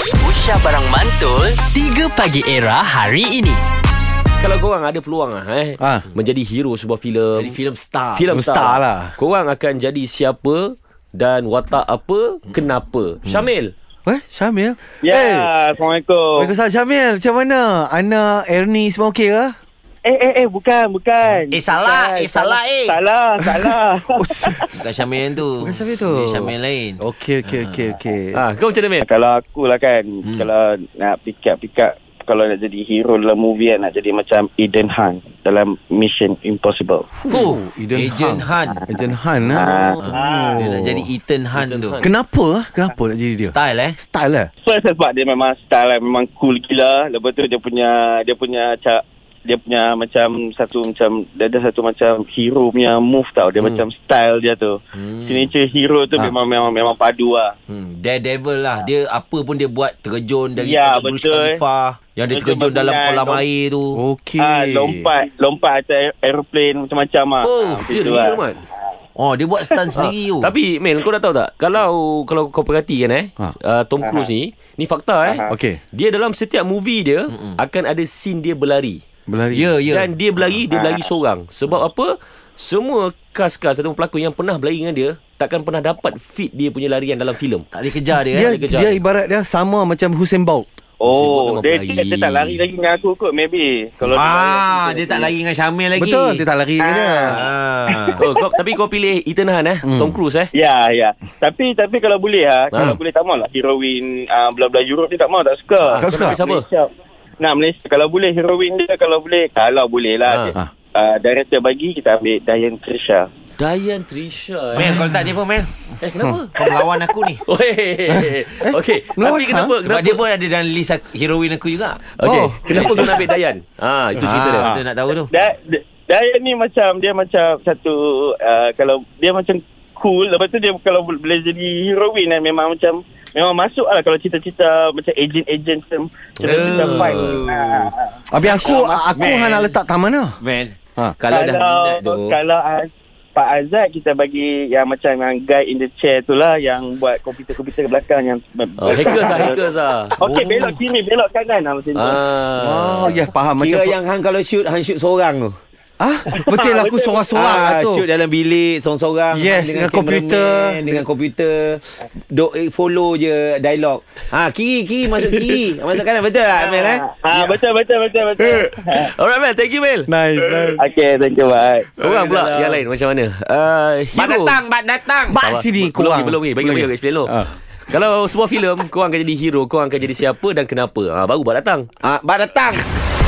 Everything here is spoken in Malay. Aisyah Barang Mantul 3 Pagi Era hari ini Kalau korang ada peluang lah eh Ah. Menjadi hero sebuah filem Jadi filem star. Filem Filem star, star lah. Korang akan jadi siapa Dan watak apa Kenapa Syamil Weh, Syamil? Ya, Eh, Assalamualaikum. Waalaikumsalam Syamil. Macam mana? Ana, Ernie semua okey ke? Eh, eh, eh, bukan, bukan. Eh, salah. Bukan, Eh, salah, eh. Salah, salah. Oh, s- Bukan Syamil tu. Bukan Syamil tu. Oh, Ni Syamil lain. okey, okey, okey, okey. ah, Kau macam mana Mil kalau aku lah kan, hmm. kalau nak pick up, pick up, kalau nak jadi hero dalam movie kan, nak jadi macam Eden Hunt dalam Mission Impossible. Oh, Eden Agent Han. Ejen Han Oh. lah. Ah. Dia nak jadi Ethan Han Ethan tu. Hunt. Kenapa? ah? Kenapa nak jadi dia? Style eh. Style lah. First sebab dia memang style lah, memang cool gila. Lepas tu dia punya, dia punya cak dia punya macam satu macam dia ada satu macam hero punya move tau dia macam style dia tu hmm. signature hero tu Ah. memang memang memang padu lah Hmm, Daredevil lah. Dia apa pun dia buat terjun dari Ya, daripada Burj betul. Khalifa. Yang dia Terjun terjun dalam bangunan, kolam lom- air tu. Okey. Ah, lompat lompat atas aer- aeroplane macam-macam ah. Oh, ah, Ya, begitu hero, lah. Mat. Oh, dia buat stunt sendiri tu. Tapi Mel kau dah tahu tak Kalau kalau kau perhatikan eh Ah. uh, Tom Cruise ni Ni fakta eh Aha. Okey. Dia dalam setiap movie dia Akan ada scene dia berlari Berlari. Ya, ya. Dan dia berlari Dia berlari seorang Sebab apa Semua kas-kas Atau pelakon yang pernah berlari dengan dia Takkan pernah dapat Fit dia punya larian dalam filem Tak boleh kejar dia. Dia, eh. kejap. dia ibarat dia sama macam Hussein Bolt. Sibuk dengan Oh, dia, apa dia, lagi? dia tak lari lagi dengan aku kot maybe. Kalau Ah, dia tak lari dengan Syamil lagi. Betul, dia tak lari ke dia. Ah. oh, kau, Tapi kau pilih Ethan Hunt eh Tom Cruise eh Ya, ya. Tapi tapi kalau boleh ah, kalau boleh tak mau lah heroin ah, bla-bla Europe dia tak mau tak suka. Ah, Kau nak pilih suka? siapa? Malaysia. Nah, Malaysia kalau boleh heroin dia kalau boleh kalau boleh lah. Ah. Dia, ah, director bagi kita ambil Dayan Trisha. Diane Trisha eh. Mel, kalau tak dia pun Mel. eh kenapa? Kau melawan aku ni. Oh, hey, hey, hey. Okay Tapi Melawan, kenapa, Sebab kenapa? dia pun ada dalam list aku- heroin aku juga. Okay Oh. Kenapa kau nak ambil Dayan? Ah, Itu cerita dia Kita nak tahu tu. Da, da- Dayan ni macam dia macam satu ah, kalau dia macam cool lepas tu dia kalau bo- boleh jadi heroin eh, memang macam memang masuk lah kalau cita-cita macam agent-agent macam cita-cita Oh. fight. Ah. Habis aku aku man. hang nak letak tak mana? Mel. Ha. Kalau dah minat tu. Ah, kalau Az- Pak Azad kita bagi yang macam yang guy in the chair tu lah yang buat komputer-komputer ke belakang yang Oh, hackers lah Hackers lah Okey belok kiri belok kanan lah macam tu. ah. Oh, ya faham macam Kira yang hang kalau shoot Hang shoot seorang tu Ah, betul aku seorang-seorang lah Ah, tu. Shoot dalam bilik Seorang-seorang Yes, dengan komputer. cameraman, Dengan komputer Dok, eh, Follow je Dialog ha, Kiri kiri Masuk kiri Masuk kanan Betul lah Amel eh Ah, betul betul betul betul. Alright Mel Thank you Mel Nice, nice. Okey thank you bye. Korang pula yang lain macam mana? Uh, Mat hero. datang Mat datang Mat Sabar. belum sini korang. ni, Belum ni Bagi bagi Belum ni. bagi explain dulu Ah. Kalau sebuah filem Korang akan jadi hero Korang akan jadi siapa Dan kenapa ha, Baru buat datang ah, Mat datang